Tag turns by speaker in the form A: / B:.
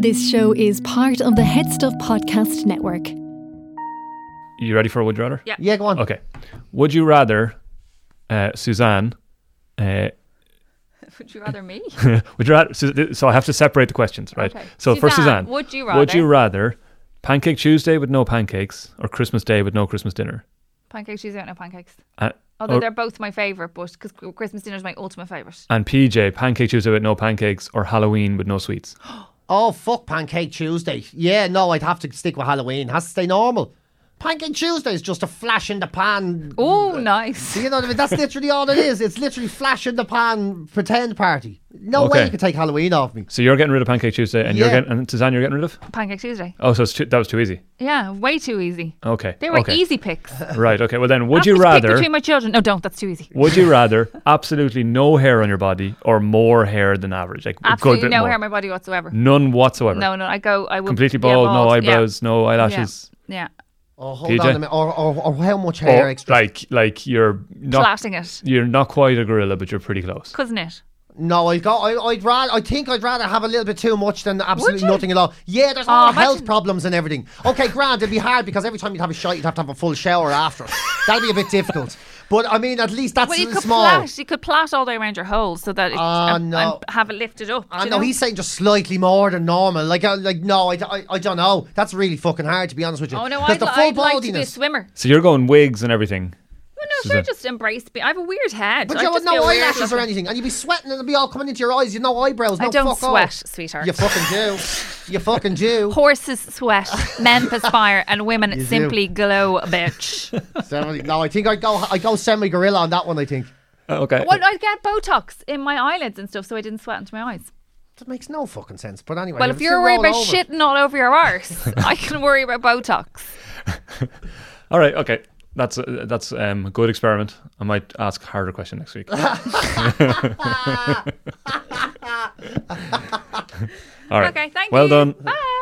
A: This show is part of the Head Stuff Podcast Network.
B: You ready for Would You Rather?
C: Yeah.
D: Yeah, go on.
B: Okay. Would you rather, uh, Suzanne? Uh,
C: Would you rather me?
B: would you rather? Su- So I have to separate the questions, right?
C: Okay.
B: So first,
C: Suzanne,
B: Suzanne,
C: would you
B: Would
C: rather-
B: you rather pancake Tuesday with no pancakes or Christmas Day with no Christmas dinner?
C: pancakes, cheese out, no pancakes.
B: Uh,
C: Although
B: or-
C: they're both my favourite, but because Christmas dinner is my ultimate favourite.
B: and PJ, pancake Tuesday with no pancakes or Halloween with no sweets.
D: Oh, fuck Pancake Tuesday. Yeah, no, I'd have to stick with Halloween. Has to stay normal. Pancake Tuesday is just a flash in the pan.
C: Oh, nice.
D: You know what I mean? That's literally all it is. It's literally flash in the pan pretend party. No way
B: Okay.
D: you can take Halloween off me.
B: So you're getting rid of pancake Tuesday, and you're
D: Yeah.
B: getting and Suzanne, you're getting rid of.
C: Pancake Tuesday.
B: Oh, so it's too, that was too easy.
C: Yeah, way too easy.
B: Okay.
C: They were
B: Oh. okay.
C: easy picks. Would
B: Right. Okay. Well, then, would you rather?
C: between my children? No, don't. That's too easy.
B: Would you rather absolutely no hair on your body or more hair than average? Like a good
C: Absolutely
B: bit
C: no
B: more.
C: hair on my body whatsoever.
B: None whatsoever.
C: No, no. I go. I would
B: Completely
C: yeah,
B: bald, no
C: bald, yeah,
B: eyebrows, no eyelashes.
C: Yeah.
D: Oh, hold
B: PJ?
D: on a minute. Or, or, or how much hair
B: Or,
D: extra?
B: like, like you're not
C: Flatting it,
B: you're not quite a gorilla, but you're pretty close.
C: couldn't it?
D: No, I'd go. I, I'd rather. I think I'd rather have a little bit too much than absolutely
C: you?
D: nothing at all. Yeah, there's a
C: Oh,
D: lot of
C: imagine-
D: health problems and everything. Okay, grand. It'd be hard because every time you'd have a shot, you'd have to have a full shower after. That'd be a bit difficult. But I mean, at least that's
C: Well, you could
D: small.
C: plat. You could plat all the way around your hole so that it,
D: Ah,
C: and,
D: no. Ah,
C: and have it lifted up.
D: I
C: do you
D: know
C: know?
D: he's saying just slightly more than normal. Like, uh, like no, I, I, I don't know. That's really fucking hard to be honest with you.
C: Oh no,
D: 'Cause
C: I'd,
D: the
C: li-
D: full
C: I'd like to be a
D: baldiness-
C: swimmer.
B: So you're going wigs and everything.
C: Well, no,
B: Suzanne.
C: sure, just embrace me. I have a weird head.
D: But
C: I'd
D: you would
C: just be
D: no
C: a weird
D: eyelashes or
C: looking-
D: anything, and you'd be sweating, and it'd be all coming into your eyes. You'd no eyebrows. No
C: I don't
D: fuck all.
C: sweat, sweetheart.
D: You fucking do. You fucking do.
C: Horses sweat, men perspire, and women
D: do.
C: simply glow, bitch.
D: Semi- no, I think I go. I go semi gorilla on that one. I think
B: Okay.
C: well, I'd get Botox in my eyelids and stuff so I didn't sweat into my eyes.
D: that makes no fucking sense. But anyway,
C: Well,
D: it'll
C: if you're
D: still
C: worried
D: roll
C: about
D: over.
C: shitting all over your arse, I can worry about Botox.
B: All right. Okay. That's uh, that's um, a good experiment. I might ask a harder question next week. All right.
C: Okay, thank
B: well
C: you.
B: done.
C: Bye.